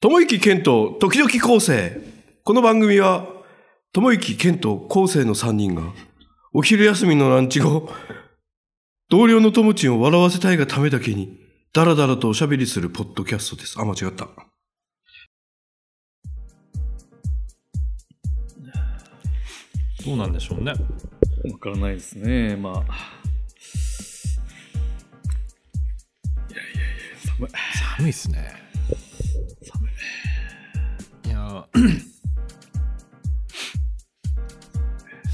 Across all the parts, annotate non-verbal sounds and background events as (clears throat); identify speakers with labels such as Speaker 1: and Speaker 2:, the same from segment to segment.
Speaker 1: ともゆきけんと時々構成。この番組は、ともゆきけんと構成の3人が、お昼休みのランチ後、同僚のともちんを笑わせたいがためだけに、だらだらとおしゃべりするポッドキャストです。あ、間違った。
Speaker 2: どうなんでしょうね。
Speaker 3: わからないですね。まあ。いやいやいや、寒い。
Speaker 2: 寒いですね。
Speaker 3: 寒い。
Speaker 2: いやー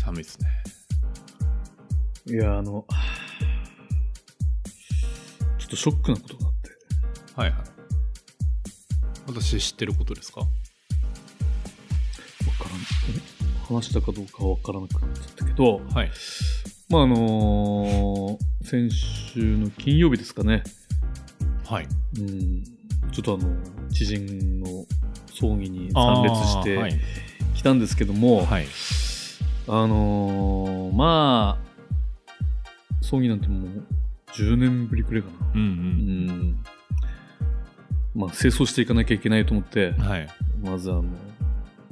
Speaker 2: 寒いですね。
Speaker 3: いや、あの、ちょっとショックなことがあって。
Speaker 2: はいはい。私知ってることですか
Speaker 3: わからん。話したかどうかはわからなくなっちゃったけど、
Speaker 2: はい。
Speaker 3: まあ、あのー先週の金曜日ですかね。
Speaker 2: はい。
Speaker 3: うん。ちょっとあの、知人の葬儀に参列して、
Speaker 2: はい。
Speaker 3: 来たんですけども、
Speaker 2: はい
Speaker 3: あのーまあ葬儀なんてもう10年ぶりくらいかな
Speaker 2: う
Speaker 3: うんんまあ清掃していかなきゃいけないと思って
Speaker 2: うん。はい。
Speaker 3: まずあの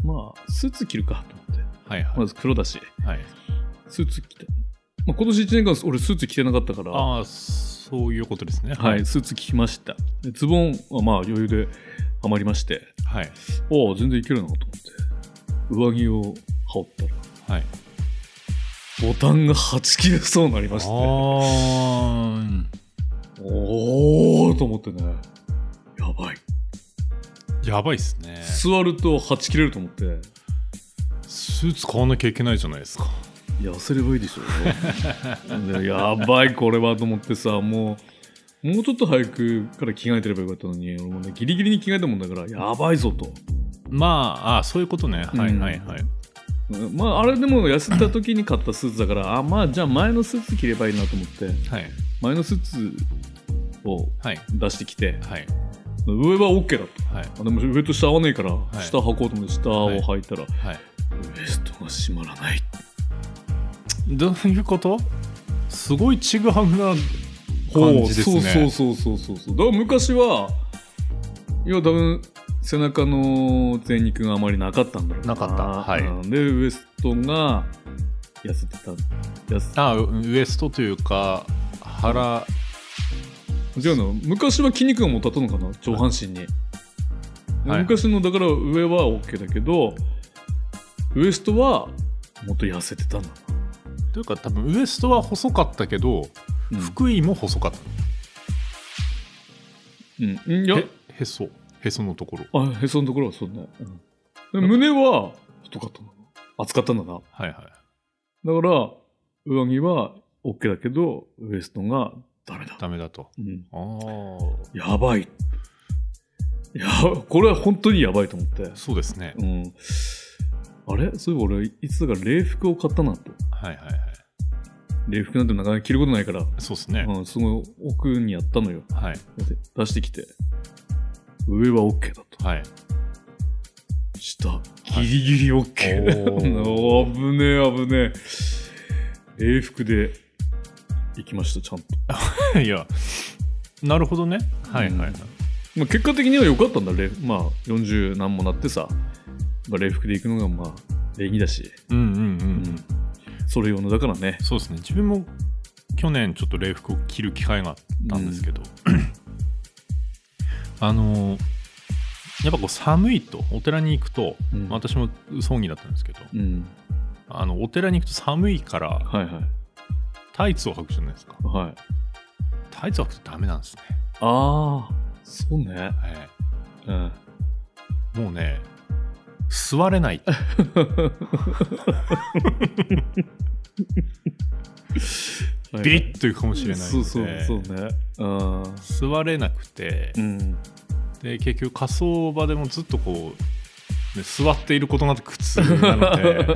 Speaker 3: まあスーツ着るかと思って
Speaker 2: はいは
Speaker 3: まず黒だし
Speaker 2: い。はい、
Speaker 3: スーツ着て、まあ、今年1年間俺スーツ着てなかったから
Speaker 2: ああ、そういうことですね。
Speaker 3: はい、。スーツ着ましたでズボンはまあ余裕ではまりまして
Speaker 2: はい。
Speaker 3: おお全然いけるなと思って上着を羽織ったら
Speaker 2: はい。
Speaker 3: ボタンがはち切れそうになりまして
Speaker 2: あー
Speaker 3: おーと思ってね。やばい。
Speaker 2: やばいっすね。
Speaker 3: 座るとはち切れると思って。
Speaker 2: スーツ買わなきゃいけないじゃないですか。
Speaker 3: 痩せればいいでしょ。で (laughs) やばい、これはと思ってさ、もう、もうちょっと早くから着替えてればよかったのに、俺もね、ギリギリに着替えたもんだから、やばいぞと。
Speaker 2: まあ、あーそういうことね。はい
Speaker 3: うん
Speaker 2: はいはい。
Speaker 3: うんまあ、あれでも痩せた時に買ったスーツだから、あ、まあ、じゃあ前のスーツ着ればいいなと思って、
Speaker 2: はい。
Speaker 3: 前のスーツを
Speaker 2: はい。
Speaker 3: 出してきて、
Speaker 2: はい。
Speaker 3: 上は OK だと。
Speaker 2: はい。
Speaker 3: あでも上と下合わないから、
Speaker 2: い
Speaker 3: 下履こうと思って下を履いたら、
Speaker 2: はい。
Speaker 3: ウエストが締まらない
Speaker 2: どういうことすごいちぐはぐな感
Speaker 3: ほう
Speaker 2: じですね。
Speaker 3: そうそうそうそうそうそうだから昔はいや多分背中の前肉があまりなかったんだろう
Speaker 2: なかったはい
Speaker 3: うんでウエストが痩せてた痩せ
Speaker 2: あウウエストというか腹
Speaker 3: 違うの昔は筋肉がもたったのかな上半身に、
Speaker 2: はい
Speaker 3: 昔のだから上は OK だけどウエストはもっと痩せてたんだ
Speaker 2: というか多分ウエストは細かったけど
Speaker 3: な、
Speaker 2: 腹囲も細かっ
Speaker 3: うんうんい
Speaker 2: た、
Speaker 3: や
Speaker 2: へへそへそのところ
Speaker 3: あへそのところはそんな、うんで胸は太かったんだな厚かったんだな
Speaker 2: はいはい
Speaker 3: だから、上着は OK だけど、ウエストがダメだ。
Speaker 2: ダメだと
Speaker 3: うん、
Speaker 2: ああ
Speaker 3: やばい。いや、これは本当にやばいと思って。
Speaker 2: そうですね
Speaker 3: うん、あれそういえば俺、いつだか礼服を買ったなと。
Speaker 2: はいはいはい
Speaker 3: 礼服なんてなかなか着ることないから、
Speaker 2: そうですね、
Speaker 3: うん、すごい奥にやったのよ。
Speaker 2: はい
Speaker 3: で出してきて。上は OK だと。
Speaker 2: はい
Speaker 3: 下、ギリギリ OK。
Speaker 2: おー
Speaker 3: おー危ねえ、 (laughs) 危ねえ。礼服で行きました、ちゃんと。
Speaker 2: (laughs) いやなるほどねはいはいはい、
Speaker 3: まあ、結果的には良かったんだ、レまあ、40何もなってさ、まあ、礼服で行くのがまあ礼儀だし、
Speaker 2: うん、うんうんうん、
Speaker 3: うんそれ用のだからね、
Speaker 2: そうですね自分も去年ちょっと礼服を着る機会があったんですけど、 (clears throat) あのやっぱこう寒いとお寺に行くと、
Speaker 3: うん
Speaker 2: 私も葬儀だったんですけど
Speaker 3: うん、
Speaker 2: あのお寺に行くと寒いから
Speaker 3: はいはい、
Speaker 2: タイツを履くじゃないですか
Speaker 3: はい、
Speaker 2: タイツを履くとダメなんですね、
Speaker 3: ああ、そうね、
Speaker 2: は
Speaker 3: う
Speaker 2: い、
Speaker 3: ん、
Speaker 2: もうね座れないビリッというかもしれないので
Speaker 3: そうそうそうね、あー
Speaker 2: 座れなくて
Speaker 3: うん、
Speaker 2: で結局火葬場でもずっとこう、ね座っていることなく苦痛なので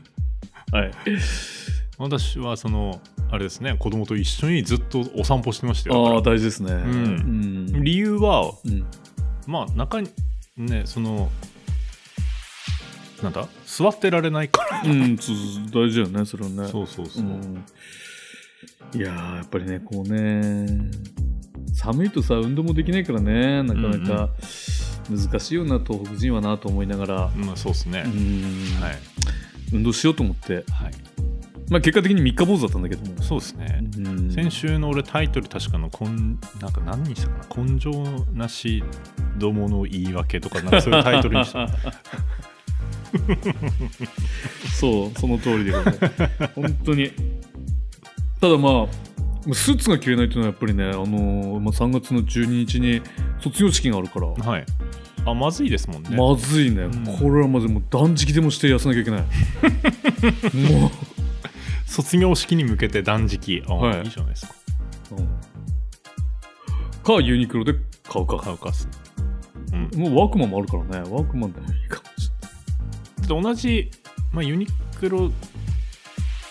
Speaker 3: (laughs) はい、
Speaker 2: 私はそのあれですね子供と一緒にずっとお散歩してましたよ
Speaker 3: ああ、
Speaker 2: だか
Speaker 3: 大事ですね、うん
Speaker 2: ら
Speaker 3: ん
Speaker 2: 理由は
Speaker 3: うん、
Speaker 2: まあ中にねそのなんだ座ってられないか
Speaker 3: うん、そうそうそう大事だよね、それはね。
Speaker 2: ら (laughs) そうそうそう、
Speaker 3: うんいやーやっぱりねこうね寒いとさ運動もできないからねなかなか、難しいよな東北人はなと思いながら、
Speaker 2: まあそうですね
Speaker 3: う。ん
Speaker 2: はい。
Speaker 3: 運動しようと思って、
Speaker 2: はい。
Speaker 3: まあ、結果的に三日坊主だったんだけども、
Speaker 2: そうですね。
Speaker 3: うん
Speaker 2: 先週の俺タイトル確かのこんなんか何にしたかな根性なしどもの言い訳とかなんかそういうタイトルに (laughs)
Speaker 3: (laughs)
Speaker 2: した
Speaker 3: そうその通りでございます本当にただまあスーツが着れないというのはやっぱりね、あのーまあ、3月の12日に卒業式があるから、
Speaker 2: はいあまずいですもんね、
Speaker 3: まずいね、
Speaker 2: ん
Speaker 3: これはまずいもう断食でもして痩せなきゃいけな
Speaker 2: (laughs)
Speaker 3: いもう
Speaker 2: 卒業式に向けて断食あ、
Speaker 3: はい
Speaker 2: い、いじゃないですか
Speaker 3: かユニクロで買うか
Speaker 2: 買うかっすうん
Speaker 3: もうワークマンもあるからねワークマンでもいいかもし
Speaker 2: で同じ、まあ、ユニクロ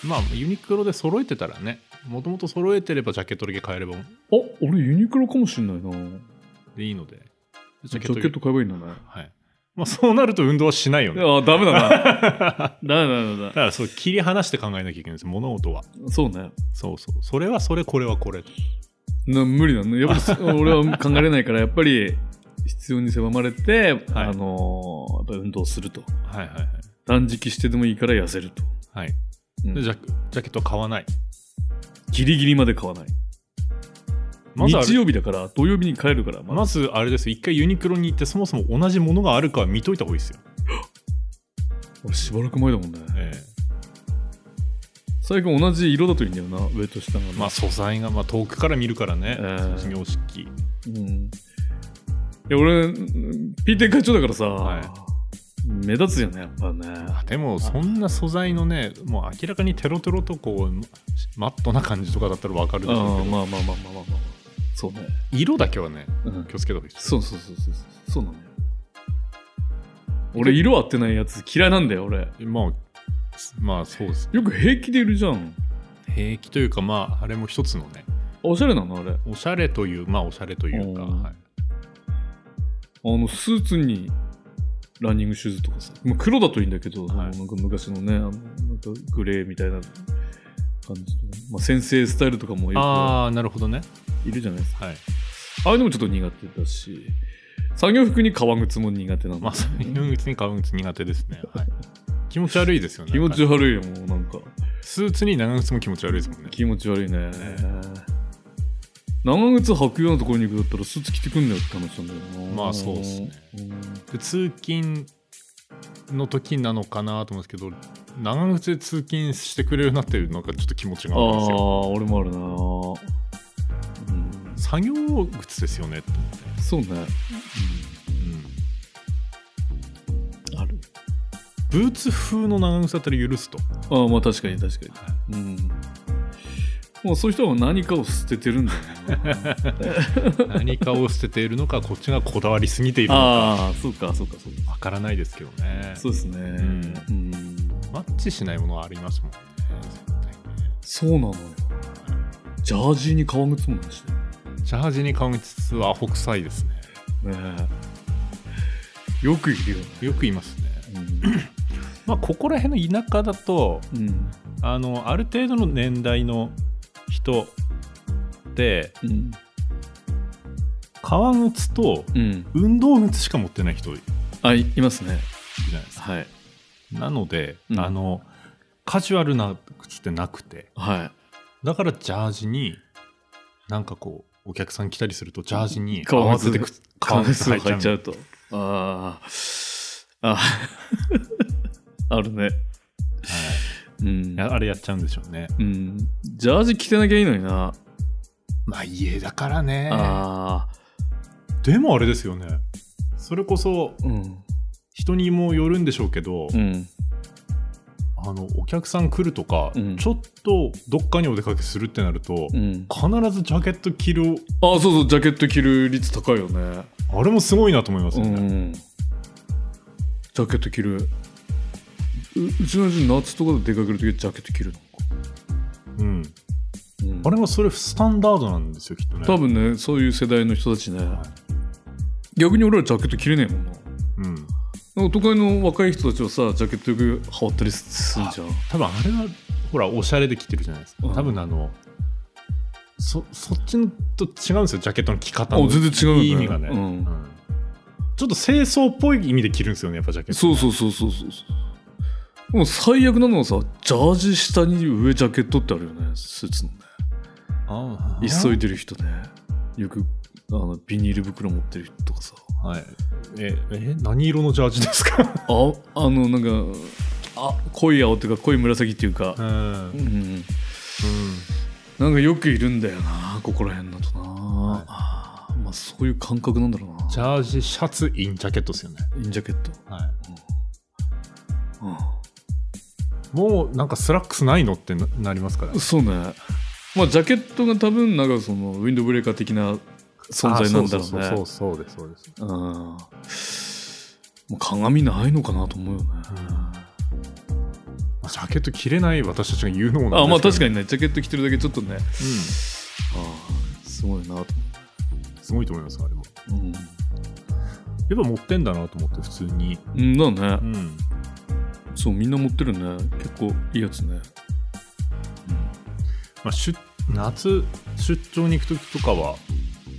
Speaker 2: まあユニクロで揃えてたらねもともと揃えてればジャケットだけ買えれば
Speaker 3: れないあ俺ユニクロかもしんないな
Speaker 2: でいいので
Speaker 3: ジ
Speaker 2: ジ
Speaker 3: ャケット買えばいいんだね
Speaker 2: はいまあそうなると運動はしないよねだか
Speaker 3: あダメだな
Speaker 2: (laughs)
Speaker 3: ダメだダメだ
Speaker 2: らそう切り離して考えなきゃいけないんです物事は
Speaker 3: そうね
Speaker 2: そうそうそれはそれこれはこれ
Speaker 3: な無理だねやっぱそ俺は考えれないからやっぱり必要に狭まれ
Speaker 2: は
Speaker 3: て、
Speaker 2: い
Speaker 3: あのーやっぱり運動すると
Speaker 2: はいはいはい
Speaker 3: 断食してでもいいから痩せると、
Speaker 2: はい、
Speaker 3: うん
Speaker 2: でジャジャケットは買わない
Speaker 3: ギリギリまで買わない、
Speaker 2: まずあれ
Speaker 3: 日曜日だから土曜日に帰るからま
Speaker 2: まずあれですよ一回ユニクロに行ってそもそも同じものがあるかは見といた方がいいですよ、
Speaker 3: 俺しばらく前だもんね
Speaker 2: ええ
Speaker 3: 最近同じ色だといいんだよな上と下がね
Speaker 2: まあ素材が、まあ、遠くから見るからね、
Speaker 3: ええ
Speaker 2: 卒業式
Speaker 3: うん、いや俺うん PTA 会長だからさ、
Speaker 2: はい
Speaker 3: 目立つよねやっぱね
Speaker 2: あでもそんな素材のねもう明らかにテロテロとこうマットな感じとかだったら分かるでしょう
Speaker 3: あ
Speaker 2: けど、
Speaker 3: まあまあまあまあまあまあまあそうね、
Speaker 2: 色だけはね
Speaker 3: うん、
Speaker 2: 気をつけた方がいいです
Speaker 3: そうそうそうそうそうそうなのよ俺色合ってないやつ嫌いなんだよ俺
Speaker 2: まあまあそうです
Speaker 3: よく平気でいるじゃん
Speaker 2: 平気というかまああれも一つのね
Speaker 3: おしゃれなのあれあ
Speaker 2: おしゃれというまあおしゃれというか、
Speaker 3: うん
Speaker 2: はい
Speaker 3: のスーツにランニングシューズとかさ、まあ、黒だといいんだけど、
Speaker 2: はい
Speaker 3: なんか昔のねあのなんかグレーみたいな感じの、まあ、先生スタイルとかもよ
Speaker 2: ああなるほどね
Speaker 3: くいるじゃないですか
Speaker 2: はい
Speaker 3: ああいうのもちょっと苦手だし作業服に革靴も苦手なの、
Speaker 2: まあ、そういう靴に革靴苦手ですね。はい、気持ち悪いですよね。
Speaker 3: 気持ち
Speaker 2: なんか
Speaker 3: 悪いよもうなんか
Speaker 2: スーツに長靴も気持ち悪いですもんね。
Speaker 3: 気持ち悪いね長靴履くようなところに行くだったらスーツ着てくんだよって話なんだよな
Speaker 2: まあそうっすね
Speaker 3: うん
Speaker 2: で通勤の時なのかなと思うんですけど、長靴で通勤してくれるなっていうのがちょっと気持ちが
Speaker 3: あ
Speaker 2: あるんですよ。
Speaker 3: あ俺もあるなうん
Speaker 2: 作業靴ですよねって思って。
Speaker 3: そうね、ある
Speaker 2: うん、ブーツ風の長靴だったら許 (laughs) すと。
Speaker 3: ああまあ確かに確かに、うんもうそういう人は何かを捨ててるんだよね
Speaker 2: 何かを捨てているのか、こっちがこだわりすぎているのか、
Speaker 3: ああそうかそうかそうか
Speaker 2: わからないですけどね。
Speaker 3: そうですね
Speaker 2: ん
Speaker 3: うん
Speaker 2: マッチしないものはありますもんね。絶対ね
Speaker 3: そうなのよ。ジャージーに革靴もないし
Speaker 2: ジャージに顔見つつはアホ臭いですね。
Speaker 3: ね。ねえよくいるよね。
Speaker 2: よく言いますね。
Speaker 3: う
Speaker 2: まあ、ここら辺の田舎だと、
Speaker 3: ん。うん。
Speaker 2: あの、ある程度の年代の人で、
Speaker 3: うん。
Speaker 2: 革靴と運動靴しか持ってない人いる
Speaker 3: あ、いいますね。
Speaker 2: じゃないですか。
Speaker 3: はい。
Speaker 2: なので、
Speaker 3: うん
Speaker 2: あの、カジュアルな靴ってなくて、
Speaker 3: は
Speaker 2: だからジャージに、なんかこう、お客さん来たりすると、ジャージに合
Speaker 3: 革
Speaker 2: わ
Speaker 3: 靴
Speaker 2: せて靴
Speaker 3: い。革靴を
Speaker 2: 履
Speaker 3: 履
Speaker 2: い
Speaker 3: い
Speaker 2: ち
Speaker 3: ち
Speaker 2: ゃ
Speaker 3: ゃ
Speaker 2: う。
Speaker 3: うと。ああ。あ (laughs) あるね。うん。
Speaker 2: はい、あれやっちゃうんでしょうね。
Speaker 3: うん。ジャージ着てなきゃいいのにな。
Speaker 2: まあ、家だからね。
Speaker 3: ああ。
Speaker 2: でもあれですよねそれこそ
Speaker 3: うん。
Speaker 2: 人にもよるんでしょうけど、
Speaker 3: うん。
Speaker 2: あのお客さん来るとか、
Speaker 3: うん
Speaker 2: ちょっとどっかにお出かけするってなると、
Speaker 3: うん。
Speaker 2: 必ずジャケット着る
Speaker 3: ああ、そうそう、ジャケット着る率高いよね。
Speaker 2: あれもすごいなと思いますよね、
Speaker 3: うん、ジャケット着るううちの人夏とかで出かける時はジャケット着るのか、
Speaker 2: うん
Speaker 3: うん
Speaker 2: あれはそれスタンダードなんですよきっとね
Speaker 3: 多分ねそういう世代の人たちね逆に俺らジャケット着れねえもんな
Speaker 2: うん、
Speaker 3: なんか都会の若い人たちはさジャケットよく羽織ったりするじゃん
Speaker 2: 多分あれはほらおしゃれで着てるじゃないですか、
Speaker 3: うん
Speaker 2: 多分あのそそっちのと違うんですよジャケットの着方
Speaker 3: あ
Speaker 2: の
Speaker 3: 全然違うよね
Speaker 2: 意味がね、
Speaker 3: うん
Speaker 2: うんちょっと清掃っぽい意味で着るんですよねやっぱジャケット
Speaker 3: そうそうそうそうそうそうもう最悪なのはさジャージ下に上ジャケットってあるよねスーツのね
Speaker 2: ああ
Speaker 3: 急いでる人ねよくあのビニール袋持ってる人とかさ
Speaker 2: はいええ何色のジャージですか
Speaker 3: ああのなんかあ濃い青っていうか濃い紫っていうか
Speaker 2: う、ん、うん
Speaker 3: う、ん、なんかよくいるんだよなここら辺だとな、まあそういう感覚なんだろうな
Speaker 2: ジャージシャツインジャケットですよね
Speaker 3: インジャケット、
Speaker 2: はい
Speaker 3: うん
Speaker 2: もうなんかスラックスないのってななりますから
Speaker 3: そうねまあジャケットが多分なんかそのウィンドブレーカー的な存在なんだ
Speaker 2: あ
Speaker 3: ろう
Speaker 2: そ
Speaker 3: ね
Speaker 2: うそうそうそうですそうです、
Speaker 3: うんもう鏡ないのかなと思うよね
Speaker 2: まあジャケット着れない私たちが言うのも
Speaker 3: あ
Speaker 2: な
Speaker 3: ま
Speaker 2: ん
Speaker 3: あ
Speaker 2: です
Speaker 3: 確
Speaker 2: け
Speaker 3: か
Speaker 2: ど
Speaker 3: にねジャケット着てるだけちょっと
Speaker 2: う
Speaker 3: ねあすごいなと、
Speaker 2: ん、すごいと思いますあれも
Speaker 3: うん
Speaker 2: やっぱ持ってんだなと思って普通に
Speaker 3: うんだね、
Speaker 2: うん
Speaker 3: そうみんな持ってるね結構いいやつね
Speaker 2: まあ、出夏出張に行く時とかは、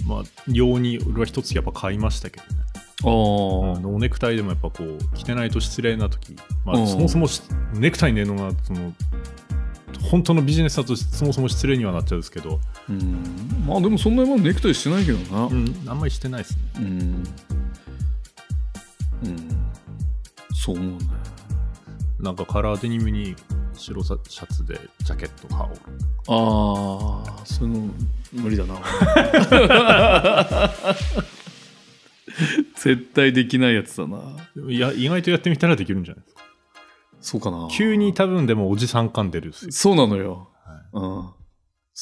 Speaker 2: まあ、用に俺は一つやっぱ買いましたけどね
Speaker 3: あ
Speaker 2: あ
Speaker 3: あ
Speaker 2: のおネクタイでもやっぱこう着てないと失礼な時、ま
Speaker 3: う
Speaker 2: あ、
Speaker 3: ん
Speaker 2: そもそもしネクタイねえのがその本当のビジネスだとそもそも失礼にはなっちゃうんですけど、
Speaker 3: うんまあでもそんなにまだネクタイしてないけどな
Speaker 2: うん、あんまりしてないですね
Speaker 3: うん、うん、そう思うね
Speaker 2: なんかカラーデニムに白さシャツでジャケット羽織る
Speaker 3: ああそういうの無理
Speaker 2: (laughs)
Speaker 3: だな絶対できないやつだない
Speaker 2: や意外とやってみたらできるんじゃないですか
Speaker 3: そうかな
Speaker 2: 急に多分でもおじさん感出るっすよ、
Speaker 3: そうなのよ、
Speaker 2: はい
Speaker 3: うん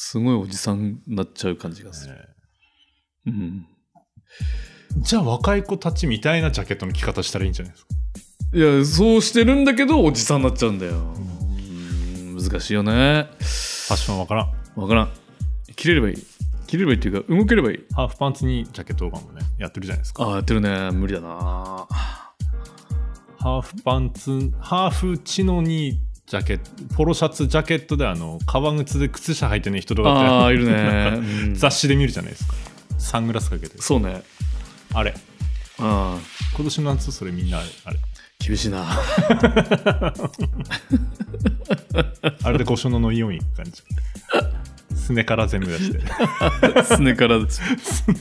Speaker 3: すごいおじさんになっちゃう感じがする、
Speaker 2: ええ
Speaker 3: うん
Speaker 2: じゃあ若い子たちみたいなジャケットの着方したらいいんじゃないですか
Speaker 3: いやそうしてるんだけどおじさんになっちゃうんだよ、うん難しいよね
Speaker 2: ファッションわからん
Speaker 3: わからん切れればいい切れればいいっていうか動ければいい
Speaker 2: ハーフパンツにジャケットとかもねやってるじゃないですか
Speaker 3: ああやってるね無理だ
Speaker 2: ハ
Speaker 3: な
Speaker 2: ーフパンツハーフチノにジャケットポロシャツジャケットであの革靴で靴下履いてね人と
Speaker 3: あ
Speaker 2: かっ
Speaker 3: あ
Speaker 2: て
Speaker 3: いるね、うん
Speaker 2: 雑誌で見るじゃないですかサングラスかけて
Speaker 3: そうね
Speaker 2: あれ
Speaker 3: うん
Speaker 2: 今年の夏それみんなあれあれ
Speaker 3: 厳しいな
Speaker 2: あれで五所野のイオン行く感じすねから全部出
Speaker 3: (laughs)
Speaker 2: して
Speaker 3: すねから
Speaker 2: す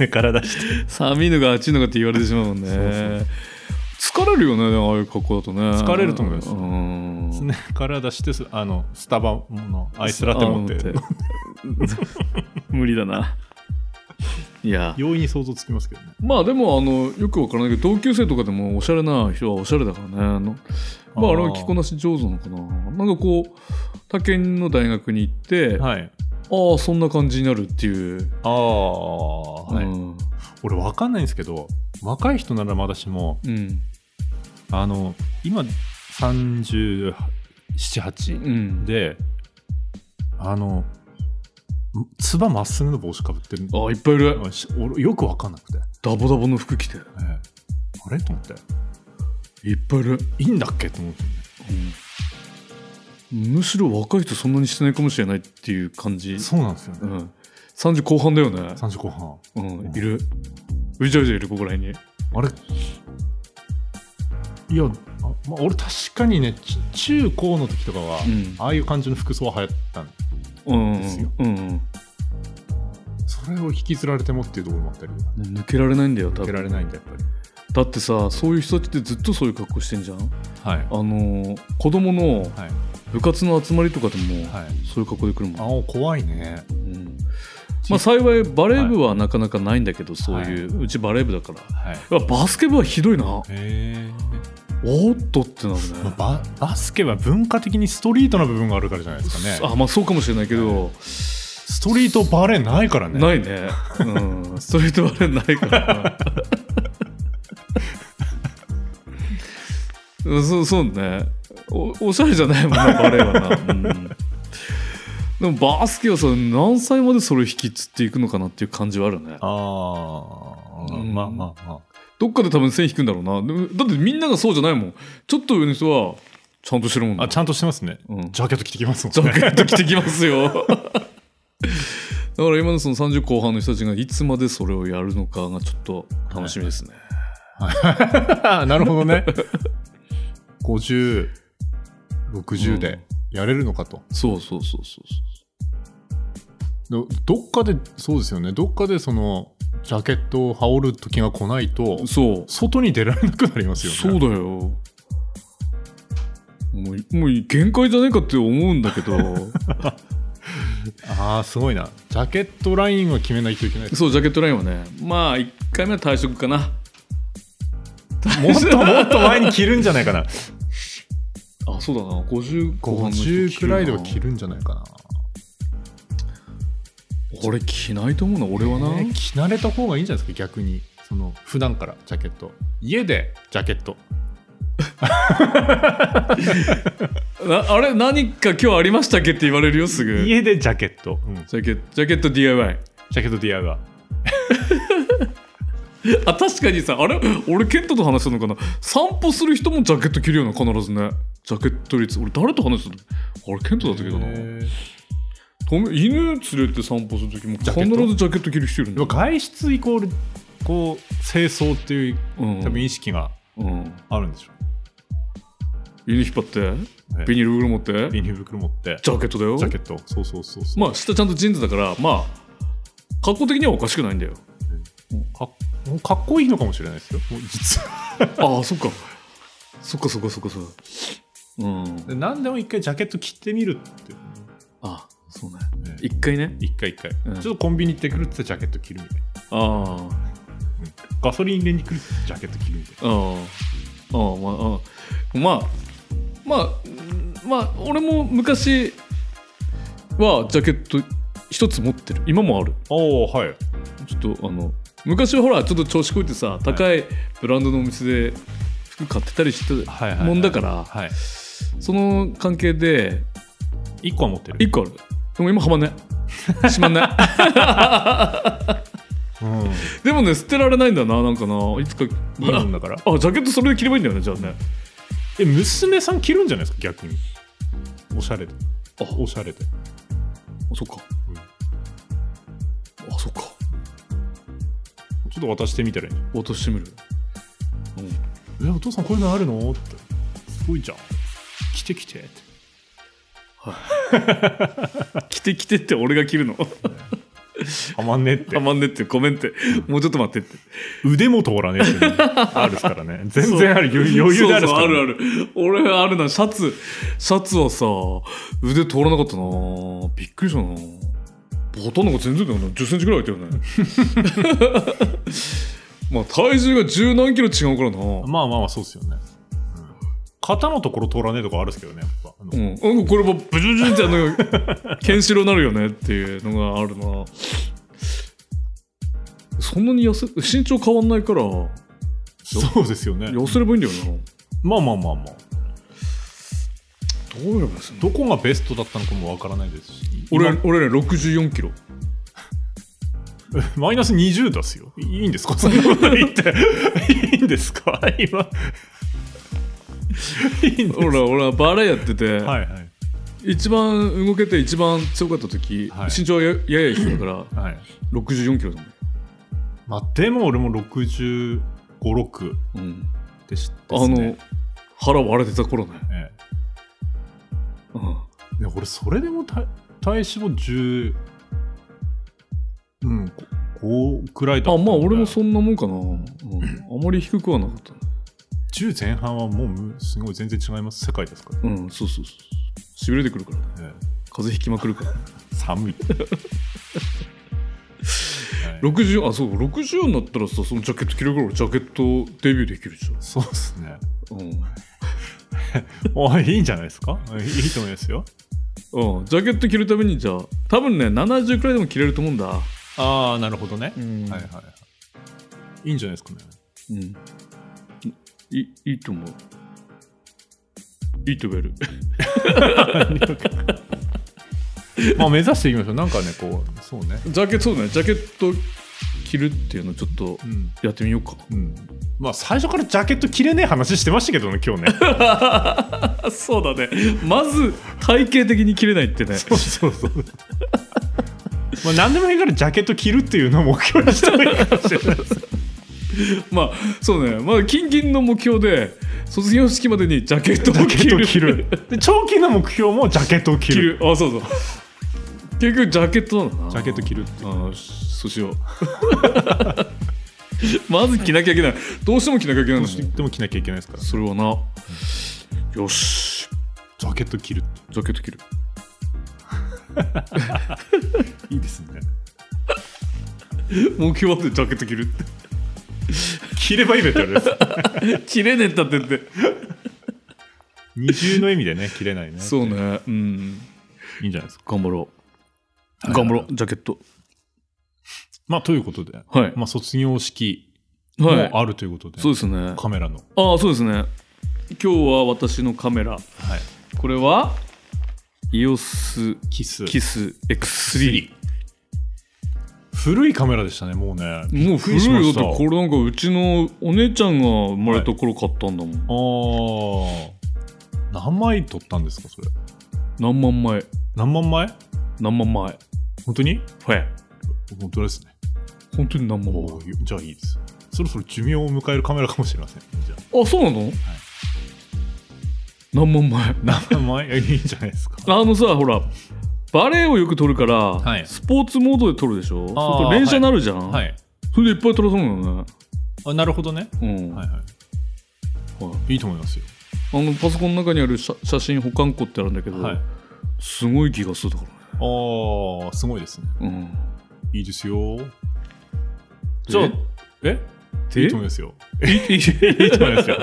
Speaker 2: ねから出して
Speaker 3: 寒いのが暑いのかって言われてしまうもんね疲れるよねでもああいう格好だとね
Speaker 2: 疲れると思います
Speaker 3: うん
Speaker 2: すねから出してすあのスタバのアイスラテ持って
Speaker 3: あ持って無理だないや
Speaker 2: 容易に想像つきますけどね
Speaker 3: まあでもあのよくわからないけど同級生とかでもおしゃれな人はおしゃれだからねあのま
Speaker 2: あー
Speaker 3: ああれは着こなし上手なのかななんかこう他県の大学に行って、
Speaker 2: はい
Speaker 3: ああそんな感じになるっていう、
Speaker 2: ああはい、
Speaker 3: うん
Speaker 2: 俺わかんないんですけど若い人ならまだしも
Speaker 3: うん
Speaker 2: あの今378
Speaker 3: うん
Speaker 2: で、あのつばまっすぐの帽子かぶってる
Speaker 3: ああいっぱいいる
Speaker 2: し俺よくわかんなくて、
Speaker 3: ダボダボの服着て
Speaker 2: ええあれと思って
Speaker 3: いっぱいいる、
Speaker 2: いいんだっけと思って
Speaker 3: うんむしろ若い人そんなにしてないかもしれないっていう感じ、
Speaker 2: そうなんですよね、
Speaker 3: うん、30後半だよね、
Speaker 2: 3時後半
Speaker 3: うん、いるうじゃうじゃいるここら辺に
Speaker 2: あれいやあ、まあ、俺確かにねち中高の時とかは、
Speaker 3: うん
Speaker 2: ああいう感じの服装は流行ったん
Speaker 3: うんうん
Speaker 2: ですよ
Speaker 3: うんうん
Speaker 2: それを引きずられてもっていうところもあったり
Speaker 3: 抜けられないんだよ
Speaker 2: 受
Speaker 3: 多
Speaker 2: け
Speaker 3: 分
Speaker 2: られないんだやっぱり
Speaker 3: だってさそういう人たちってずっとそういう格好してんじゃん
Speaker 2: はい
Speaker 3: あのー子供の
Speaker 2: はい
Speaker 3: 部活の集まりとかでも、
Speaker 2: はい
Speaker 3: そういう格好で来るもん、
Speaker 2: あ怖いね
Speaker 3: うんまあ、幸いバレー部はなかなかないんだけど、そういう、うちバレー部だから
Speaker 2: はいう
Speaker 3: わバスケ部はひどいなお
Speaker 2: へ
Speaker 3: ーっとってなる (laughs) ね
Speaker 2: えババスケは文化的にストリートな部分があるからじゃないですかね
Speaker 3: あまあそうかもしれないけど、
Speaker 2: ストリートバレーないからね
Speaker 3: ないね、うん、ストリートバレーないからなうんそうそうねおおしゃれじゃないもんなバレーは (laughs) な、うんでもバスケはさ何歳までそれ引きつっていくのかなっていう感じはあるね
Speaker 2: ああ、
Speaker 3: うん
Speaker 2: まあまあま
Speaker 3: どっかで多分線引くんだろうなでもだってみんながそうじゃないもんちょっと上の人はちゃんとしてるもん
Speaker 2: あ
Speaker 3: な
Speaker 2: あちゃんとしてますね
Speaker 3: うん
Speaker 2: ジャケット着てきますも
Speaker 3: ジ
Speaker 2: ん
Speaker 3: ャ
Speaker 2: ね
Speaker 3: ケット着てきます (laughs) よ。だから今のその30後半の人たちがいつまでそれをやるのかがちょっと楽しみですね。
Speaker 2: なるほど (laughs) ね。50、60でやれるのかと。
Speaker 3: そうそうそうそうそ
Speaker 2: どどっかで、そうですよね。どっかでその、ジャケットを羽織る時が来ないと
Speaker 3: う。、そう。
Speaker 2: 外に出られなくなりますよね。
Speaker 3: そうだよ。もう、もう限界じゃねえかって思うんだけ (laughs) ど。
Speaker 2: ああ、すごいな。ジャケットラインは決めないといけない。
Speaker 3: そう、ジャケットラインはね。まあ、1回目は退職かな。
Speaker 2: もっともっと前に着るんじゃないかな。
Speaker 3: あ、そうだな。50後半の人
Speaker 2: 50くらいでは
Speaker 3: 着
Speaker 2: 着
Speaker 3: る
Speaker 2: るんじゃないかな。
Speaker 3: な。俺着ないと思うな、俺はな。
Speaker 2: ね着慣れた方がいいんじゃないですか、逆に。その、普段からジャケット。家でジャケット。
Speaker 3: なあれ何か今日ありましたっけって言われるよ、すぐ。ジ
Speaker 2: 家でジャケット。うん
Speaker 3: ャケット、ジャケット DIY。
Speaker 2: ジャケットディアが。
Speaker 3: あ、確かにさ、あれ俺、ケントと話したのかな散歩する人もジャケット着るよな、必ずね。ジャケット率。俺、誰と話したのあれ、ケントだったけどな。とめ犬連れて散歩する時も
Speaker 2: ジ
Speaker 3: 必
Speaker 2: ャ
Speaker 3: ず
Speaker 2: ケット
Speaker 3: ジャケット着る人いるん
Speaker 2: で
Speaker 3: だ
Speaker 2: も
Speaker 3: よ。
Speaker 2: 外出イコールこう清掃っていう
Speaker 3: うん
Speaker 2: 多分意識が
Speaker 3: うん
Speaker 2: あるんでしょ
Speaker 3: 犬引っ張って、
Speaker 2: ね
Speaker 3: ビニール袋持って、
Speaker 2: ビニール袋持って
Speaker 3: ジャケットだよ。
Speaker 2: ジャケットそうそうそうそう、
Speaker 3: まあ、下ちゃんとジーンズだから、まあ、格好的にはおかしくないんだよ。
Speaker 2: かもうかっこいいのかもしれないですよもう実は
Speaker 3: ああ、そっか。そっかそっかそっかそっか。うん。
Speaker 2: (laughs) で何でも一回ジャケット着てみるっていう
Speaker 3: あそうね。
Speaker 2: ね
Speaker 3: 一回ね。
Speaker 2: 一回一回、
Speaker 3: うん
Speaker 2: ちょっとコンビニ行ってくるってジャケット着るみたいな
Speaker 3: ああ。
Speaker 2: ガソリン入れに来るってジャケット着るみたいな
Speaker 3: ああああまああまあまあうんまあ俺も昔はジャケット一つ持ってる今もある
Speaker 2: おおはい
Speaker 3: ちょっとあの昔はほらちょっと調子こいてさ高いブランドのお店で服買ってたりして
Speaker 2: はい
Speaker 3: もんだから、
Speaker 2: はい
Speaker 3: その関係で
Speaker 2: 一個は持ってる
Speaker 3: 一個あるでも今はまん
Speaker 2: (laughs)
Speaker 3: ないしまんない
Speaker 2: うん
Speaker 3: でもね捨てられないんだななんかないつか
Speaker 2: いいもんだから
Speaker 3: あジャケットそれで着ればいいんだよねじゃあね
Speaker 2: え娘さん着るんじゃないですか逆におしゃれで
Speaker 3: あ
Speaker 2: おしゃれで
Speaker 3: あそっか、
Speaker 2: うん
Speaker 3: あそっか
Speaker 2: ちょっと渡してみたらいいんじゃない
Speaker 3: 渡して (laughs) みる
Speaker 2: えお父さんこういうのあるのってすごいじゃん来て来てって
Speaker 3: 着て着てって俺が着るの
Speaker 2: はまんねって
Speaker 3: たまんねってごめんってもうちょっと待ってって
Speaker 2: 腕も通らねえっていうの
Speaker 3: (laughs)
Speaker 2: あるっすからね全然ある余余裕であるっす
Speaker 3: そう
Speaker 2: か
Speaker 3: そうあ
Speaker 2: ら、ね、
Speaker 3: るある俺あるなシャツシャツはさ腕通らなかったなびっくりしたなボタンなんか全然だよね1 0ンチぐらい開いたよね
Speaker 2: (laughs)
Speaker 3: まあ体重が十何キロ違うからな
Speaker 2: まあまあまあそうっすよね、うん肩のところ通らねえとかあるっすけどねやっぱあの
Speaker 3: うん、うんこれもブジュブジュってあ
Speaker 2: (laughs)
Speaker 3: のケンシロウなるよねっていうのがあるなそんなに痩せ身長変わんないから
Speaker 2: そうですよね
Speaker 3: 痩せればいいんだよな
Speaker 2: まあまあまあまあ
Speaker 3: どうやれば痩せんの
Speaker 2: どこがベストだったのかもわからないですし
Speaker 3: 俺
Speaker 2: 今
Speaker 3: 俺ね6 4キロ (laughs)
Speaker 2: マイナス20出すよいいんですかそんなこと言っていいんですか今いいんです
Speaker 3: 俺は俺はバレエやってて、
Speaker 2: はいはい
Speaker 3: 一番動けて一番強かった時、
Speaker 2: はい
Speaker 3: 身長はややや低いから
Speaker 2: はい
Speaker 3: 6 4キロだ
Speaker 2: まあでも俺も6 5 6
Speaker 3: もん、うん、
Speaker 2: でしです
Speaker 3: あの、
Speaker 2: ね
Speaker 3: 腹割れてた頃ね、
Speaker 2: え
Speaker 3: うん、
Speaker 2: え、で俺それでも体体脂肪10うん5くらいだ
Speaker 3: あ
Speaker 2: ったんで
Speaker 3: まあ俺もそんなもんかな、うん、あまり低くはなかった
Speaker 2: 10前半はもうむすごい全然違います世界ですから、
Speaker 3: うん、そうそうそう。しびれてくるからね。
Speaker 2: え
Speaker 3: 風邪ひきまくるから。
Speaker 2: え、寒い、はい
Speaker 3: 60、あ、そう、60になったらさ、そのジャケット着れるから俺ジャケットデビューできるじ
Speaker 2: そうです (laughs) ね
Speaker 3: ゃん。う
Speaker 2: あいいんじゃないですかいいいいと思いますよ
Speaker 3: ん。うん、ジャケット着るためにじゃあ、多分ね、70くらいでも着れると思うんだ。
Speaker 2: ああなるほどね、
Speaker 3: ん
Speaker 2: はいはいはいいいんじゃないですかね
Speaker 3: うん。いい、いいと思う。いいと言える。
Speaker 2: まあ目指していきましょうなんかねこうそうね
Speaker 3: (laughs) ジャケット、そうね、ジャケット着るっていうのちょっと
Speaker 2: うん
Speaker 3: やってみようか。
Speaker 2: うんまあ最初からジャケット着れねえ話してましたけどね今日ね
Speaker 3: あ、そうだね。まず、体型的に着れないってね。
Speaker 2: (laughs) そうそうそう (laughs) まあ何でもいいからジャケット着るっていうのを目標にした方がいいかもしれないです
Speaker 3: まあそうねまあ近々の目標で卒業式までにジャケットを着る
Speaker 2: 着るで長期の目標もジャケットを着
Speaker 3: 着
Speaker 2: る
Speaker 3: るあそうそう結局ジャケットなのな
Speaker 2: ジャケット着るっていう
Speaker 3: ああそうしよう (laughs) まず着なきゃいけないどうしても着なきゃいけないの
Speaker 2: でも着なきゃいけないですから
Speaker 3: それはなよし
Speaker 2: ジャケット着るって
Speaker 3: ジャケット着る
Speaker 2: いいですね
Speaker 3: 目標までジャケット着るって (laughs)
Speaker 2: 着ればいいべって言われる (laughs)
Speaker 3: 着れねえったって言って
Speaker 2: 二重の意味でね着れないね
Speaker 3: そうねうん
Speaker 2: いいんじゃないですか
Speaker 3: 頑張ろう
Speaker 2: はい
Speaker 3: 頑張ろうジャケット
Speaker 2: まあということで、
Speaker 3: はい
Speaker 2: まあ、卒業式も
Speaker 3: はい
Speaker 2: あるということで、
Speaker 3: そうですね
Speaker 2: カメラの、
Speaker 3: ああそうですね今日は私のカメラ
Speaker 2: はい、
Speaker 3: これは EOS
Speaker 2: キス
Speaker 3: キス X3
Speaker 2: 古いカメラでしたねもうね
Speaker 3: もう
Speaker 2: く
Speaker 3: 古
Speaker 2: り
Speaker 3: い
Speaker 2: しま
Speaker 3: よ
Speaker 2: し
Speaker 3: だ
Speaker 2: た
Speaker 3: ってこれなんかうちのお姉ちゃんが生まれた頃買ったんだもん、
Speaker 2: あー何枚撮ったんですかそれ
Speaker 3: 何万枚
Speaker 2: 何万枚
Speaker 3: 何万枚
Speaker 2: 本当に
Speaker 3: フェ
Speaker 2: 本当ですね
Speaker 3: 本当に何万枚
Speaker 2: おーじゃあいいですそろそろ寿命を迎えるカメラかもしれませんじゃあ
Speaker 3: あそうなの、何万枚
Speaker 2: 何万枚 (laughs) いいんじゃないですか
Speaker 3: あのさほらバレエをよく撮るから、
Speaker 2: はい
Speaker 3: スポーツモードで撮るでしょそうする
Speaker 2: あー
Speaker 3: と連写なるじゃん、
Speaker 2: はい
Speaker 3: それでいっぱい撮らそうなのね
Speaker 2: あなるほどね
Speaker 3: うん、
Speaker 2: は
Speaker 3: はいい
Speaker 2: はいいいと思いますよ
Speaker 3: あのパソコンの中にある写写真保管庫ってあるんだけど、
Speaker 2: はい
Speaker 3: すごい気がするだか
Speaker 2: ああすごいですね
Speaker 3: らね、
Speaker 2: いいですよ
Speaker 3: うん、じゃあえ
Speaker 2: いい
Speaker 3: え
Speaker 2: と思いますよ
Speaker 3: いい
Speaker 2: いいと思い (laughs) ますよ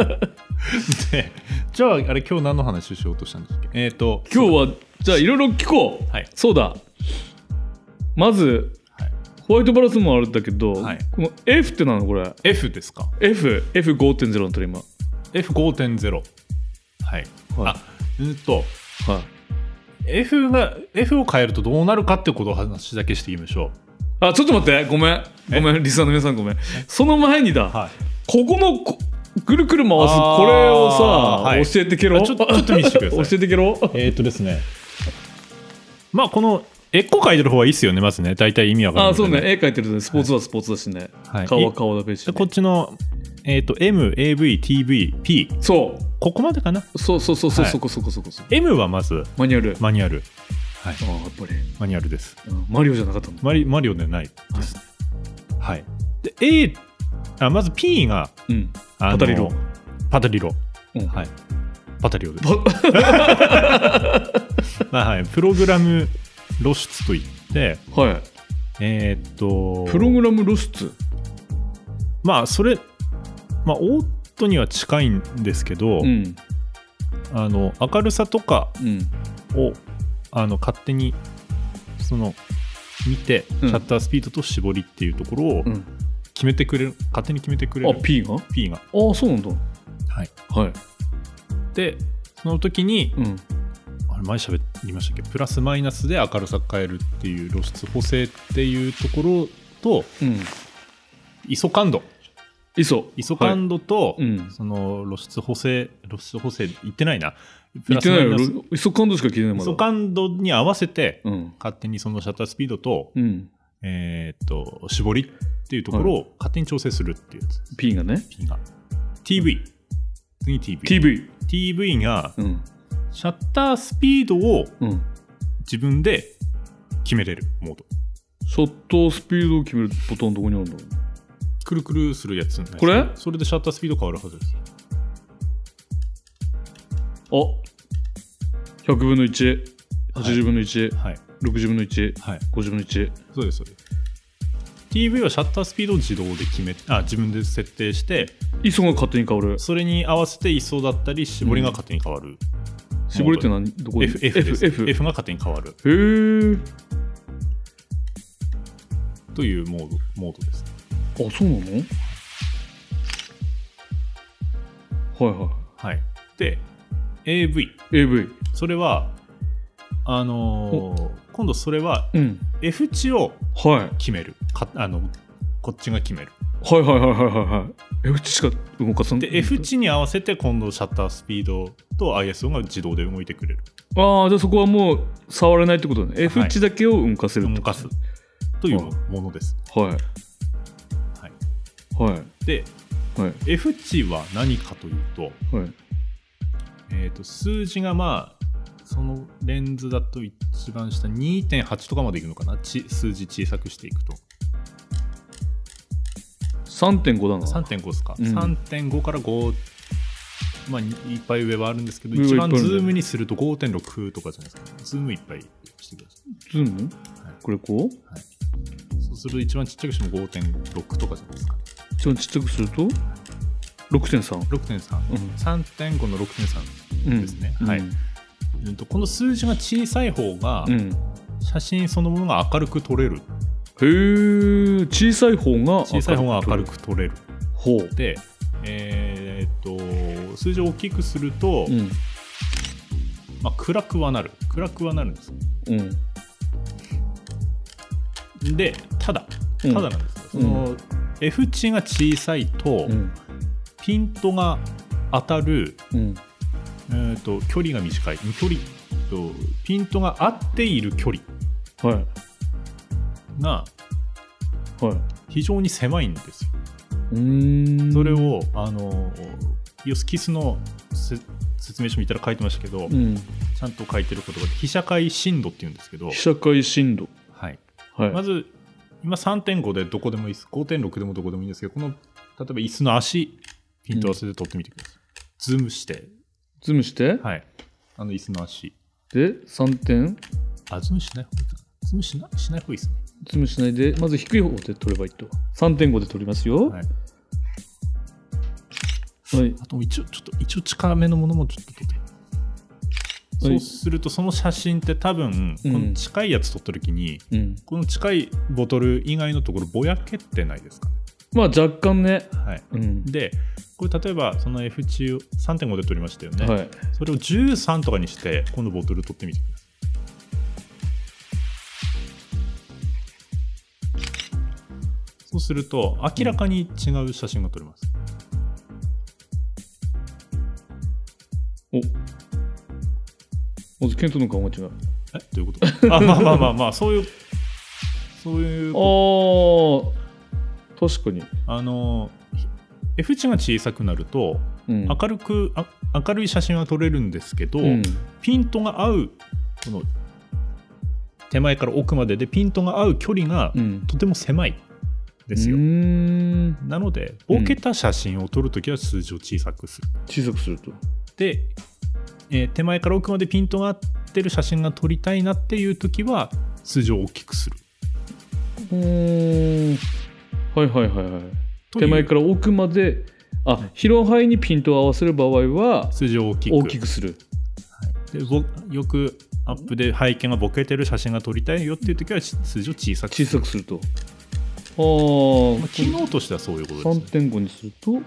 Speaker 2: でじゃああれ今日何の話しようとしたんですっけえっ、と
Speaker 3: 今日はじゃあいろいろ聞こう、
Speaker 2: はい
Speaker 3: そうだまず、
Speaker 2: はい
Speaker 3: ホワイトバランスもあるんだけど、
Speaker 2: はい
Speaker 3: この F ってなのこれ
Speaker 2: F ですか
Speaker 3: FF5.0 だったら今
Speaker 2: F5.0 はい、あうんと
Speaker 3: はい
Speaker 2: F が F を変えるとどうなるかってことを話だけしていきましょ
Speaker 3: あちょっと待ってごめんごめんリスナーの皆さんごめんその前にだ、
Speaker 2: うはい
Speaker 3: ここのこぐるぐる回す
Speaker 2: あー
Speaker 3: これをさ、
Speaker 2: はい
Speaker 3: 教えてけろ
Speaker 2: あちょっとちょっと見せてください
Speaker 3: (laughs) 教えてけろ
Speaker 2: えー、っとですねまあこのエッコ書いてる方がいいっすよねまずね大体意味わかる
Speaker 3: あ
Speaker 2: ので
Speaker 3: ーそうね絵描いてるとねスポーツはスポーツだしね、
Speaker 2: はい
Speaker 3: 顔は顔だべし、
Speaker 2: で
Speaker 3: ね、
Speaker 2: こっちのえーっと MAVTVP
Speaker 3: そ
Speaker 2: ここまでかな
Speaker 3: うそうそうそうそう、
Speaker 2: はい
Speaker 3: そこそこそこそこ
Speaker 2: M はまず
Speaker 3: マニュアル、
Speaker 2: マニュアルはい
Speaker 3: ああーやっぱり
Speaker 2: マニュアルです
Speaker 3: うんマリオじゃなかったんだ
Speaker 2: マリマリオではないですはい、で A あまず P が
Speaker 3: うん
Speaker 2: あの
Speaker 3: パタリロ
Speaker 2: パタリロ
Speaker 3: うん
Speaker 2: はいパタリロですまあはいプログラム露出といって
Speaker 3: はい
Speaker 2: えーっと
Speaker 3: プログラム露出
Speaker 2: まあそれまあオートには近いんですけど、
Speaker 3: うん
Speaker 2: あの明るさとか
Speaker 3: うん
Speaker 2: をあの勝手にその見てシ
Speaker 3: うん
Speaker 2: ャッタースピードと絞りっていうところを
Speaker 3: うん
Speaker 2: 決めてくれる、勝手に決めてくれ
Speaker 3: あ
Speaker 2: る
Speaker 3: P が
Speaker 2: P が
Speaker 3: ああそうなんだ
Speaker 2: はい
Speaker 3: はい
Speaker 2: でその時に
Speaker 3: うん
Speaker 2: あれ前喋りましたっけプラスマイナスで明るさ変えるっていう露出補正っていうところと
Speaker 3: うん
Speaker 2: イソ感度
Speaker 3: いそう
Speaker 2: イソ感度と、
Speaker 3: うん
Speaker 2: その露出補正露出補正言ってないな
Speaker 3: 言ってない
Speaker 2: プ
Speaker 3: よ
Speaker 2: ラスマイナ
Speaker 3: イソ感度しか聞いてない
Speaker 2: スイ
Speaker 3: ま
Speaker 2: ソ
Speaker 3: だ
Speaker 2: 感度に合わせて
Speaker 3: うん
Speaker 2: 勝手にそのシャッタースピードと,、
Speaker 3: うん
Speaker 2: えーっと絞りっていうところを勝手に調整するっていうやつです、
Speaker 3: P がね
Speaker 2: P が TV 次 TV
Speaker 3: TV
Speaker 2: TV が
Speaker 3: うん
Speaker 2: シャッタースピードを
Speaker 3: うん
Speaker 2: 自分で決めれるモード
Speaker 3: ショットスピードを決めるボタンどこにあるんだろう
Speaker 2: くるくるするやつね
Speaker 3: これ
Speaker 2: それでシャッタースピード変わるはずです
Speaker 3: あ100分の180分の160
Speaker 2: はい
Speaker 3: 分の150
Speaker 2: はい
Speaker 3: 分の1
Speaker 2: そうですそうです TV はシャッタースピードを自動で決めあ自分で設定して
Speaker 3: イソが勝手に変わる
Speaker 2: それに合わせて位相だったり絞りが勝手に変わる、
Speaker 3: 絞りって何どこ
Speaker 2: F, F です
Speaker 3: F, F
Speaker 2: F が勝手に変わる
Speaker 3: へー
Speaker 2: というモードモードです
Speaker 3: あそうなのはいは
Speaker 2: はいで AV
Speaker 3: い AV
Speaker 2: それはあのー今度それは
Speaker 3: うん、
Speaker 2: F 値を
Speaker 3: はい、
Speaker 2: 決めるかあのこっちが決める
Speaker 3: はいはいはいはいはいはい F 値しか動かさない
Speaker 2: で F 値に合わせて今度シャッタースピードと ISO が自動で動いてくれる
Speaker 3: ああじゃあそこはもう触れないってことね F 値だけを動かせるって
Speaker 2: 動か
Speaker 3: こと
Speaker 2: すというものです
Speaker 3: はい、
Speaker 2: はい
Speaker 3: はい
Speaker 2: で
Speaker 3: はい
Speaker 2: F 値は何かというと,、
Speaker 3: はい
Speaker 2: えー、と数字がまあそのレンズだと一番下2.8とかまでいくのかなち数字小さくしていくと
Speaker 3: 3.5だな
Speaker 2: 3.5ですか、
Speaker 3: うん
Speaker 2: 3.5から5まあにいっぱい上はあるんですけど
Speaker 3: 上はい
Speaker 2: 一
Speaker 3: っぱいある
Speaker 2: 番
Speaker 3: ね
Speaker 2: ズームにすると5.6とかじゃないですかズームいっぱいしてくださ
Speaker 3: ズーム
Speaker 2: はい
Speaker 3: これこう
Speaker 2: いそうすると一番ちっちゃくしても5.6とかじゃないですか
Speaker 3: 一番ちっちゃくすると6.3
Speaker 2: 6.3
Speaker 3: うん
Speaker 2: 3.5の6.3
Speaker 3: うん
Speaker 2: ですねはいうんとこの数字が小さい方が
Speaker 3: うん
Speaker 2: 写真そのものが明るく撮れる
Speaker 3: へえ小さい方が
Speaker 2: 小さい方が明るく撮れる
Speaker 3: ほう
Speaker 2: でえーっと数字を大きくすると、
Speaker 3: うん
Speaker 2: まあ、暗くはなる暗くはなるんです
Speaker 3: うん
Speaker 2: でただ
Speaker 3: うん
Speaker 2: ただなんですよ、
Speaker 3: うん
Speaker 2: その F 値が小さいと、
Speaker 3: うん
Speaker 2: ピントが当たる、
Speaker 3: うん
Speaker 2: えー、と距離が短い距離とピントが合っている距離
Speaker 3: はい
Speaker 2: が
Speaker 3: はい
Speaker 2: 非常に狭いんですよ
Speaker 3: うーん
Speaker 2: それをあのヨスキスのせ説明書見たら書いてましたけど、
Speaker 3: う
Speaker 2: ち
Speaker 3: ん
Speaker 2: ゃんと書いてる言葉で被写界深度って言うんですけど
Speaker 3: 被、写界深度
Speaker 2: はい、
Speaker 3: はい
Speaker 2: まず今3.5でどこでもいいです5.6でもどこでもいいんですけどこの例えば椅子の足ピント合わせて撮ってみてください、ズームして
Speaker 3: ズームして
Speaker 2: はいあの椅子の足
Speaker 3: で3点
Speaker 2: あズームしない方がいいかなズームしなしない方がいいですね
Speaker 3: ズームしないでまず低い方で取ればいいと3.5で取りますよは
Speaker 2: はい
Speaker 3: い、
Speaker 2: あと一応ちょっと一応近めのものもちょっと撮ってそうするとその写真って多分
Speaker 3: う
Speaker 2: こ
Speaker 3: ん
Speaker 2: の近いやつ撮った時に、
Speaker 3: うん
Speaker 2: この近いボトル以外のところぼやけてないですかね
Speaker 3: まあ若干ね
Speaker 2: はい
Speaker 3: うん
Speaker 2: でこれ例えばその F 値を3.5で撮りましたよね、
Speaker 3: はい
Speaker 2: それを13とかにして今度ボトル取ってみてくださいそうすると明らかに違う写真が撮れます、
Speaker 3: おまずケントの顔が違う
Speaker 2: えどういうこと
Speaker 3: (laughs)
Speaker 2: あまあまあまあまあそういうそういうこ
Speaker 3: あー確かに、
Speaker 2: とあの F 値が小さくなると
Speaker 3: うん、
Speaker 2: 明るくあ明るい写真は撮れるんですけど、
Speaker 3: うん
Speaker 2: ピントが合うこの手前から奥まででピントが合う距離が
Speaker 3: うん
Speaker 2: とても狭いですよ、
Speaker 3: うーん
Speaker 2: なので
Speaker 3: うん
Speaker 2: ボケた写真を撮るときは数字を小さくする、
Speaker 3: 小さくすると
Speaker 2: で、えー手前から奥までピントが合ってる写真が撮りたいなっていうときは数字を大きくする
Speaker 3: うーんはいはいはいはい
Speaker 2: という
Speaker 3: 手前から奥まであ広範囲にピントを合わせる場合は
Speaker 2: 数字を大きく
Speaker 3: 大きくする
Speaker 2: でぼよくアップで背景がボケてる写真が撮りたいよっていうときはし数字を小さくす
Speaker 3: 小
Speaker 2: る
Speaker 3: さくするとあ
Speaker 2: まあ、機
Speaker 3: あ
Speaker 2: 能としてはそういうことです、ね、
Speaker 3: 3.5にすると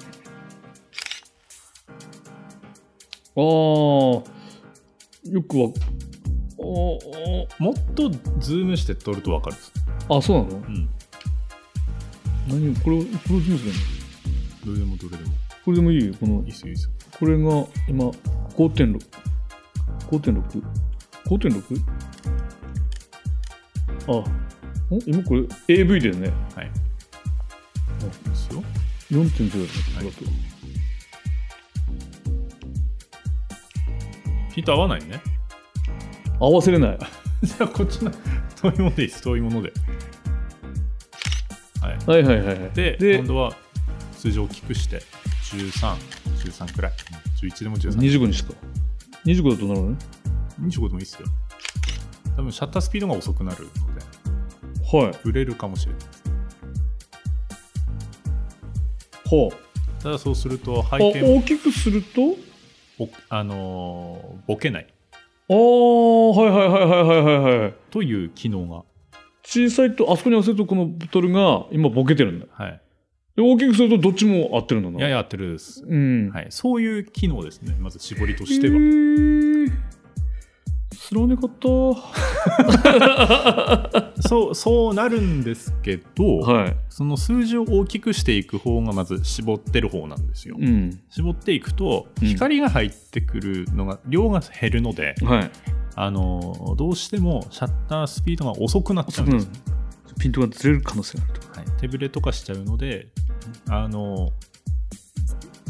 Speaker 3: ああよくわ
Speaker 2: もっとズームして撮ると分かるです、
Speaker 3: ああそうな
Speaker 2: う
Speaker 3: の
Speaker 2: ん、
Speaker 3: 何これこれをどうするの
Speaker 2: どれでもどれでも
Speaker 3: これでもいいよこの
Speaker 2: いいっすよいいっすよ
Speaker 3: これが今5.6 5.6 5.6? あん今これ AV だよね
Speaker 2: はいいいっすよ
Speaker 3: 4.0だよねこれだ
Speaker 2: ピント合わないね
Speaker 3: と合わせれない
Speaker 2: じゃあこっちの (laughs) 遠いものでいいです遠いものではい
Speaker 3: はいはいはいはい
Speaker 2: で
Speaker 3: で
Speaker 2: 今度は数字を大きくして1313くらい11でも1325
Speaker 3: 25にした25だとなるのね
Speaker 2: でもいいっすよ多分シャッタースピードが遅くなるので
Speaker 3: はい
Speaker 2: ブレるかもしれない
Speaker 3: ほう
Speaker 2: ただそうすると背
Speaker 3: あ
Speaker 2: 景も
Speaker 3: 大きくすると
Speaker 2: ぼあのーボケない
Speaker 3: ああはいはいはいはいはいはいはい
Speaker 2: という機能が
Speaker 3: 小さいとあそこに合わせるとこのボトルが今ボケてるんだ
Speaker 2: はい
Speaker 3: で大きくするとどっちも合ってるんだない
Speaker 2: ややってるです、
Speaker 3: うん
Speaker 2: はい、そういう機能ですねまず絞りと
Speaker 3: し
Speaker 2: してては、
Speaker 3: は知らなかった
Speaker 2: そうそうなるんですけど、
Speaker 3: は
Speaker 2: その数字を大きくしていく方がまず絞ってる方なんですよ、
Speaker 3: いうん
Speaker 2: 絞っていくと
Speaker 3: うん
Speaker 2: 光が入ってくるのが量が減るので、
Speaker 3: はい
Speaker 2: あのーどうしてもシャッタースピードが遅くなっちゃうんですね、
Speaker 3: ピントがずれる可能性があると
Speaker 2: はい手ぶれとかしちゃうのであの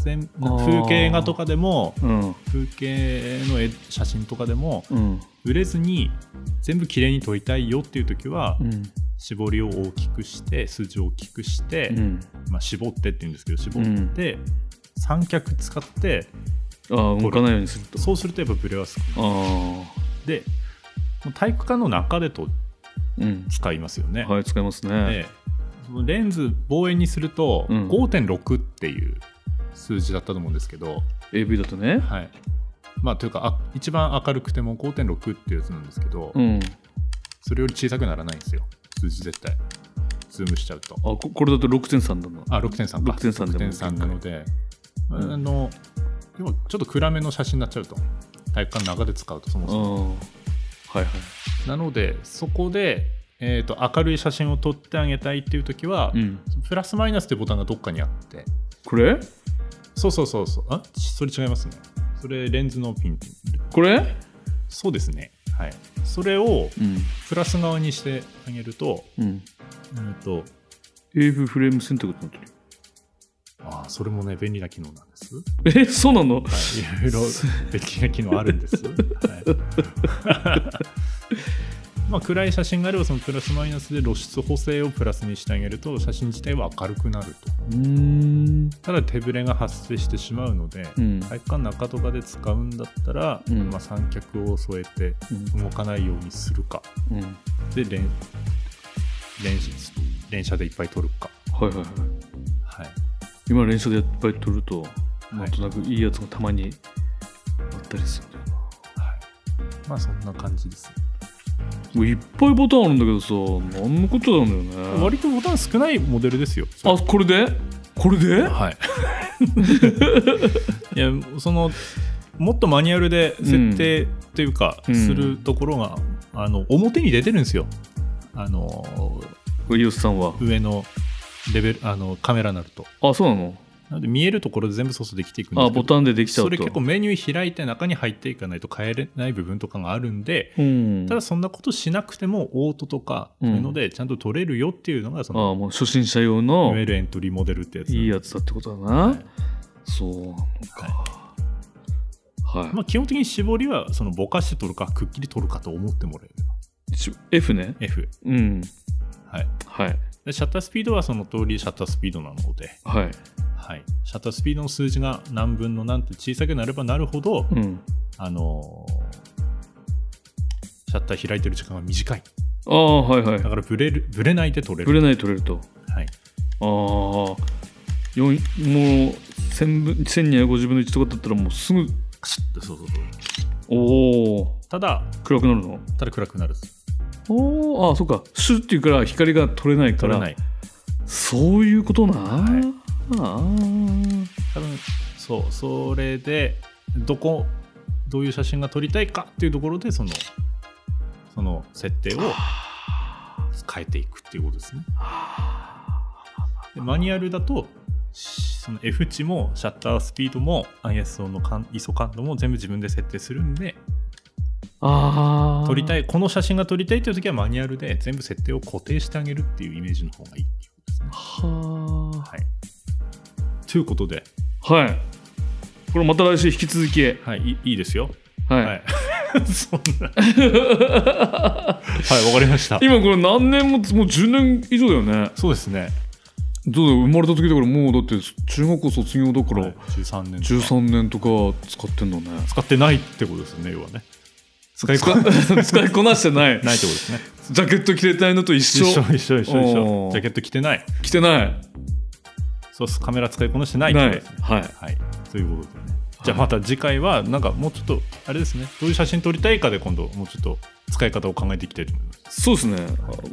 Speaker 2: 全
Speaker 3: あー
Speaker 2: 風景画とかでも
Speaker 3: うん
Speaker 2: 風景の絵写真とかでも
Speaker 3: うん
Speaker 2: 売れずに全部綺麗に撮りたいよっていう時は
Speaker 3: うん
Speaker 2: 絞りを大きくして数字を大きくして、
Speaker 3: うん
Speaker 2: まあ、絞ってって言うんですけど絞って、三脚使って
Speaker 3: ああ動かないようにすると
Speaker 2: そうするとやっぱブレは少ない
Speaker 3: ああ
Speaker 2: でもう体育館の中でと
Speaker 3: うん
Speaker 2: 使いますよね、
Speaker 3: はい使いますね
Speaker 2: でそのレンズ望遠にすると
Speaker 3: うん
Speaker 2: 5.6っていう数字だったと思うんですけど、
Speaker 3: AV だとね
Speaker 2: はいまあというかあ一番明るくても5.6っていうやつなんですけど、
Speaker 3: うん
Speaker 2: それより小さくならないんですよ数字絶対ズームしちゃうと
Speaker 3: あここれだと6.3なんだ
Speaker 2: あ6.3か
Speaker 3: 6.3でも
Speaker 2: 6.3なので、
Speaker 3: うん
Speaker 2: あのでもちょっと暗めの写真になっちゃうと体育館の中で使うとそも
Speaker 3: あ
Speaker 2: そも
Speaker 3: あはいはい
Speaker 2: なのでそこで、えー、と明るい写真を撮ってあげたいっていう時は、
Speaker 3: うん
Speaker 2: プラスマイナスってボタンがどっかにあって
Speaker 3: これ
Speaker 2: そうそうそうそうあそれ違いますねそれレンズのピンって
Speaker 3: これ
Speaker 2: そうですねはいそれを
Speaker 3: うん
Speaker 2: プラス側にしてあげると
Speaker 3: うん
Speaker 2: うんと
Speaker 3: AV フレーム選択ってなってるよ
Speaker 2: ああそれもね便利な機能なんです
Speaker 3: (laughs) えそうなの
Speaker 2: はい、いろいろ便利な機能あるんです。はい、 (laughs) まあ暗い写真があればそのプラスマイナスで露出補正をプラスにしてあげると写真自体は明るくなると
Speaker 3: うーん
Speaker 2: ただ手ぶれが発生してしまうので、
Speaker 3: うん
Speaker 2: 体育館の中とかで使うんだったら、
Speaker 3: うん
Speaker 2: まあ、三脚を添えて
Speaker 3: うん
Speaker 2: 動かないようにするか
Speaker 3: うんはい
Speaker 2: で連連連写でいっぱい撮るか、
Speaker 3: はいはい
Speaker 2: はい、
Speaker 3: 今連射でいっぱい撮ると
Speaker 2: い
Speaker 3: なんとなくいいやつがたまにあったりするんだよな
Speaker 2: まあそんな感じですね
Speaker 3: もういっぱいボタンあるんだけどさ何のことなんだよね
Speaker 2: 割とボタン少ないモデルですよ
Speaker 3: あこれでこれで
Speaker 2: はい。 (laughs) いやそのもっとマニュアルで設定というか、
Speaker 3: うん
Speaker 2: するところがあの表に出てるんですよ。あの
Speaker 3: リオスさんは
Speaker 2: 上のレベルあのカメラになると。
Speaker 3: あそうなの
Speaker 2: なので見えるところで全部操作できていくんです
Speaker 3: あ
Speaker 2: けど
Speaker 3: ボタンでできちゃ
Speaker 2: そ
Speaker 3: うと
Speaker 2: れ結構メニュー開いて中に入っていかないと変えれない部分とかがあるんで、
Speaker 3: うん
Speaker 2: ただそんなことしなくてもオートとかそういうのでちゃんと取れるよっていうのがそ
Speaker 3: あ
Speaker 2: の、
Speaker 3: あもう初心者用
Speaker 2: い
Speaker 3: の
Speaker 2: わゆるエントリーモデルってやつ
Speaker 3: いいやつだってことだな、
Speaker 2: はい
Speaker 3: そうなのかはい、
Speaker 2: まあ、基本的に絞りはそのぼかして取るかくっきり取るかと思ってもらえる
Speaker 3: 一応 F ね
Speaker 2: F
Speaker 3: うん
Speaker 2: はい
Speaker 3: はい
Speaker 2: でシャッタースピードはその通りシャッタースピードなので、
Speaker 3: はい
Speaker 2: はい、シャッタースピードの数字が何分の何って小さくなればなるほど、
Speaker 3: うん
Speaker 2: あのーシャッター開いてる時間が短い
Speaker 3: ああはいはい
Speaker 2: だからブレるブレないで取れ
Speaker 3: ぶ
Speaker 2: る
Speaker 3: れないで取れると
Speaker 2: はい、
Speaker 3: ああよんもう1000分1250分の1とかだったらもうすぐ
Speaker 2: そうそうそう
Speaker 3: おお
Speaker 2: ただ
Speaker 3: 暗くなるの
Speaker 2: ただ暗くなる
Speaker 3: おおあそっかシュッていうから光が取れないか
Speaker 2: 取
Speaker 3: ら
Speaker 2: れない
Speaker 3: そういうことな、
Speaker 2: はい
Speaker 3: あ
Speaker 2: 多分そうそれでどこどういう写真が撮りたいかっていうところでそのその設定を変えていくっていうことですねでマニュアルだとしその F 値もシャッタースピードも ISO の感 ISO 感度も全部自分で設定するんで
Speaker 3: あ
Speaker 2: 撮りた
Speaker 3: い
Speaker 2: いこの写真が撮りたいという時はマニュアルで全部設定を固定してあげるっていうイメージの方がいいっていうことですね
Speaker 3: は
Speaker 2: はいということで、
Speaker 3: あはいこれまた来週引き続きはい、
Speaker 2: はい、いいいですよ
Speaker 3: は、
Speaker 2: はいい。 (laughs) そんな。はい、わかりました。
Speaker 3: 今これ何年ももう10年以上だよね
Speaker 2: そうですね。
Speaker 3: どうだよ生まれた時だからもうだって中学校卒業だか
Speaker 2: こ
Speaker 3: ら、
Speaker 2: れ十三年。
Speaker 3: 13年とか使ってんだね
Speaker 2: 使ってないってことですね。要はね。使いこな
Speaker 3: 使 (laughs) 使いこなしてない
Speaker 2: ないってことですね。
Speaker 3: ジャケット着れたいのと一
Speaker 2: 一
Speaker 3: 緒
Speaker 2: 緒一緒一緒一緒。
Speaker 3: おー
Speaker 2: ジャケット着てない。
Speaker 3: 着てない
Speaker 2: そうっす。カメラ使いこなしてないって
Speaker 3: な
Speaker 2: こと
Speaker 3: い
Speaker 2: ですね。
Speaker 3: はい
Speaker 2: はい。ということでね。じゃあまた次回はなんかもうちょっとあれですね。どういう写真撮りたいかで今度もうちょっと使い方を考えていきたいと思います。
Speaker 3: そうですね、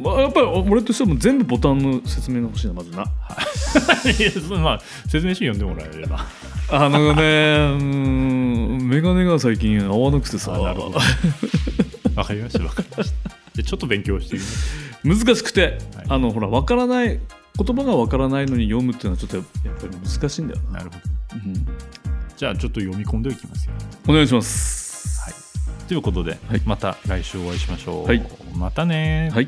Speaker 3: まあ、やっぱり俺としてはもう全部ボタンの説明が欲しいなまずない
Speaker 2: やそう (laughs) まあ説明書読んでもらえれ (laughs) ば。
Speaker 3: あのね、うーん、メガネが最近合わなくてさ、
Speaker 2: あなるほ (laughs) ど。わかりました。わかりました。じゃあちょっと勉強してみます。
Speaker 3: 難しくて、
Speaker 2: はい
Speaker 3: あのほら、わからない、言葉がわからないのに読むっていうのは、ちょっとやっぱり難しいんだよな。
Speaker 2: なるほど。
Speaker 3: うん
Speaker 2: じゃあちょっと読み込んでおきますよ。
Speaker 3: お願いします。
Speaker 2: はい、ということで、
Speaker 3: はい
Speaker 2: また来週お会いしましょう。
Speaker 3: はい
Speaker 2: またね
Speaker 3: はい